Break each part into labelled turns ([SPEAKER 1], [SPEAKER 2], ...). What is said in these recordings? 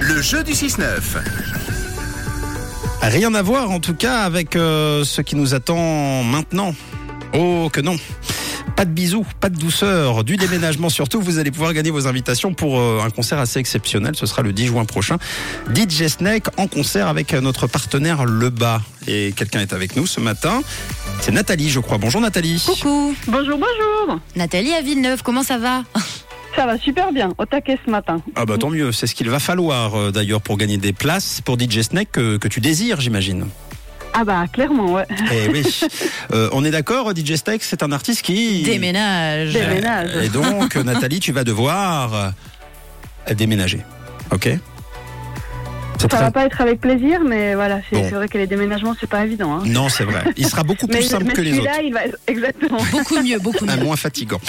[SPEAKER 1] Le jeu du 6-9.
[SPEAKER 2] Rien à voir en tout cas avec euh, ce qui nous attend maintenant. Oh que non pas de bisous, pas de douceur, du déménagement surtout. Vous allez pouvoir gagner vos invitations pour euh, un concert assez exceptionnel. Ce sera le 10 juin prochain. DJ Snake en concert avec euh, notre partenaire Le Bas. Et quelqu'un est avec nous ce matin. C'est Nathalie, je crois. Bonjour Nathalie.
[SPEAKER 3] Coucou,
[SPEAKER 4] Bonjour, bonjour.
[SPEAKER 3] Nathalie à Villeneuve, comment ça va
[SPEAKER 4] Ça va super bien, au taquet ce matin.
[SPEAKER 2] Ah bah tant mieux, c'est ce qu'il va falloir euh, d'ailleurs pour gagner des places pour DJ Snake euh, que, que tu désires, j'imagine.
[SPEAKER 4] Ah bah clairement, ouais.
[SPEAKER 2] Eh oui. Euh, on est d'accord, DJ Snake, c'est un artiste qui
[SPEAKER 3] Déménage.
[SPEAKER 4] Déménage.
[SPEAKER 2] Et donc, Nathalie, tu vas devoir euh, déménager. Ok C'est
[SPEAKER 4] Ça
[SPEAKER 2] très-
[SPEAKER 4] va pas être avec plaisir, mais voilà, c'est
[SPEAKER 2] Bon.
[SPEAKER 4] c'est vrai que les déménagements, c'est pas évident. Hein.
[SPEAKER 2] Non, c'est vrai. Il sera beaucoup plus
[SPEAKER 4] Mais,
[SPEAKER 2] simple
[SPEAKER 4] mais
[SPEAKER 2] que les autres.
[SPEAKER 4] celui-là, il va exactement.
[SPEAKER 3] Beaucoup mieux, beaucoup
[SPEAKER 2] Un
[SPEAKER 3] mieux.
[SPEAKER 2] moins fatigant.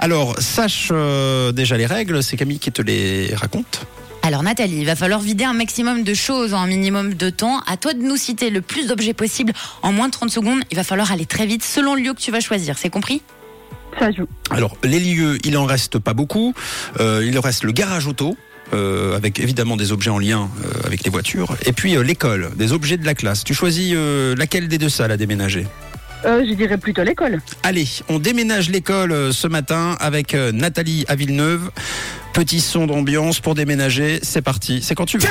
[SPEAKER 2] Alors, sache euh, déjà les règles, c'est Camille qui te les raconte.
[SPEAKER 3] Alors Nathalie, il va falloir vider un maximum de choses en un minimum de temps. À toi de nous citer le plus d'objets possible en moins de 30 secondes. Il va falloir aller très vite selon le lieu que tu vas choisir, c'est compris
[SPEAKER 4] Ça joue.
[SPEAKER 2] Alors, les lieux, il en reste pas beaucoup. Euh, il reste le garage auto. euh, avec évidemment des objets en lien euh, avec les voitures. Et puis euh, l'école, des objets de la classe. Tu choisis euh, laquelle des deux salles à déménager
[SPEAKER 4] Euh, je dirais plutôt l'école.
[SPEAKER 2] Allez, on déménage l'école euh, ce matin avec euh, Nathalie à Villeneuve. Petit son d'ambiance pour déménager, c'est parti, c'est quand tu veux.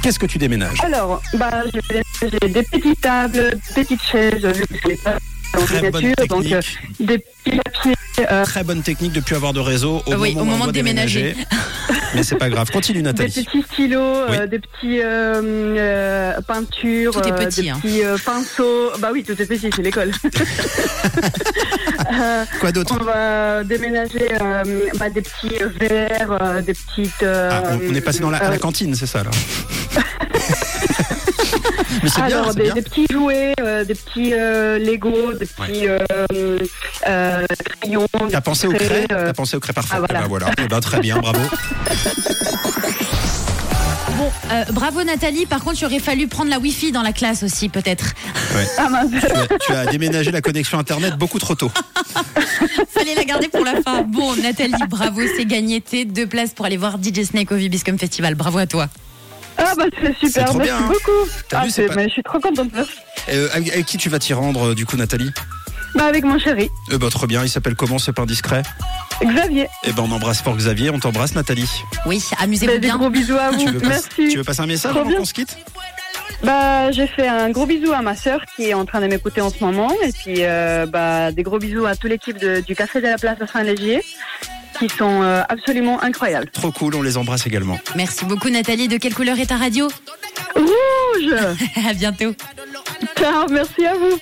[SPEAKER 2] Qu'est-ce que tu déménages
[SPEAKER 4] Alors, bah, je vais- j'ai des petites tables, des petites chaises, vu que c'est pas en
[SPEAKER 2] Très bonne
[SPEAKER 4] miniature, donc euh,
[SPEAKER 2] technique,
[SPEAKER 4] des petits papiers. euh,
[SPEAKER 2] très bonne technique de plus avoir de réseau au
[SPEAKER 3] Euh,
[SPEAKER 2] moment,
[SPEAKER 3] oui, au
[SPEAKER 2] où on
[SPEAKER 3] moment
[SPEAKER 2] doit
[SPEAKER 3] de déménager.
[SPEAKER 2] Mais c'est pas grave, continue
[SPEAKER 4] des
[SPEAKER 2] Nathalie.
[SPEAKER 4] petits stylos, euh,
[SPEAKER 2] Oui.
[SPEAKER 4] des petits euh, euh, peintures,
[SPEAKER 3] Tout est
[SPEAKER 4] euh,
[SPEAKER 3] petit,
[SPEAKER 4] des
[SPEAKER 3] hein.
[SPEAKER 4] petits euh, pinceaux. Bah oui, tout est petit, c'est l'école. Euh,
[SPEAKER 2] Quoi d'autre
[SPEAKER 4] On va déménager euh, bah, des petits verres, euh, des petites. euh,
[SPEAKER 2] Ah, on, on est passé dans la, à la
[SPEAKER 4] euh,
[SPEAKER 2] cantine, c'est ça là Mais c'est bien,
[SPEAKER 4] euh, alors,
[SPEAKER 2] c'est
[SPEAKER 4] des,
[SPEAKER 2] bien.
[SPEAKER 4] des petits jouets, euh, des petits euh, Lego, des petits euh, euh, crayons.
[SPEAKER 2] T'as pensé au craie
[SPEAKER 4] craies, euh,
[SPEAKER 2] T'as pensé au craie parfait.
[SPEAKER 4] ah,
[SPEAKER 2] Eh ben,
[SPEAKER 4] voilà.
[SPEAKER 2] voilà. Eh ben, très bien, bravo.
[SPEAKER 3] Bon, euh, bravo Nathalie. Par contre, il aurait fallu prendre la Wi-Fi dans la classe aussi, peut-être.
[SPEAKER 4] Ah mince.
[SPEAKER 2] tu, as, tu as déménagé la connexion internet beaucoup trop tôt.
[SPEAKER 3] Fallait la garder pour la fin. Bon, Nathalie, bravo, c'est gagné. Tes deux places pour aller voir DJ Snake au Vibiscum Festival. Bravo à toi.
[SPEAKER 4] Ah bah c'est
[SPEAKER 2] C'est
[SPEAKER 4] super,
[SPEAKER 2] trop
[SPEAKER 4] merci
[SPEAKER 2] bien, hein.
[SPEAKER 4] beaucoup.
[SPEAKER 2] T'as
[SPEAKER 4] Ah,
[SPEAKER 2] vu, c'est
[SPEAKER 4] c'est-
[SPEAKER 2] pas-
[SPEAKER 4] mais je suis trop contente.
[SPEAKER 2] Euh, avec, avec qui tu vas t'y rendre euh, du coup Nathalie
[SPEAKER 4] Bah avec mon chéri,
[SPEAKER 2] Eh ben, Très bien, il s'appelle comment C'est pas indiscret
[SPEAKER 4] Xavier.
[SPEAKER 2] Eh ben on embrasse fort Xavier, on t'embrasse Nathalie.
[SPEAKER 3] Oui,
[SPEAKER 4] Bah,
[SPEAKER 3] amusez-vous
[SPEAKER 4] des
[SPEAKER 3] bien.
[SPEAKER 4] gros bisous à
[SPEAKER 2] Tu
[SPEAKER 4] vous.
[SPEAKER 2] veux, pas-
[SPEAKER 4] Merci.
[SPEAKER 2] tu veux passer un message
[SPEAKER 4] Trop
[SPEAKER 2] avant
[SPEAKER 4] bien.
[SPEAKER 2] qu'on se quitte
[SPEAKER 4] Bah j'ai fait un gros bisou à ma sœur qui est en train de m'écouter en ce moment et puis euh, bah des gros bisous à toute l'équipe de- du Café de la Place à Saint-Légier qui sont euh, absolument incroyables.
[SPEAKER 2] Trop cool, on les embrasse également.
[SPEAKER 3] Merci beaucoup Nathalie. De quelle couleur est ta radio
[SPEAKER 4] Rouge
[SPEAKER 3] À bientôt.
[SPEAKER 4] Ciao, merci à vous.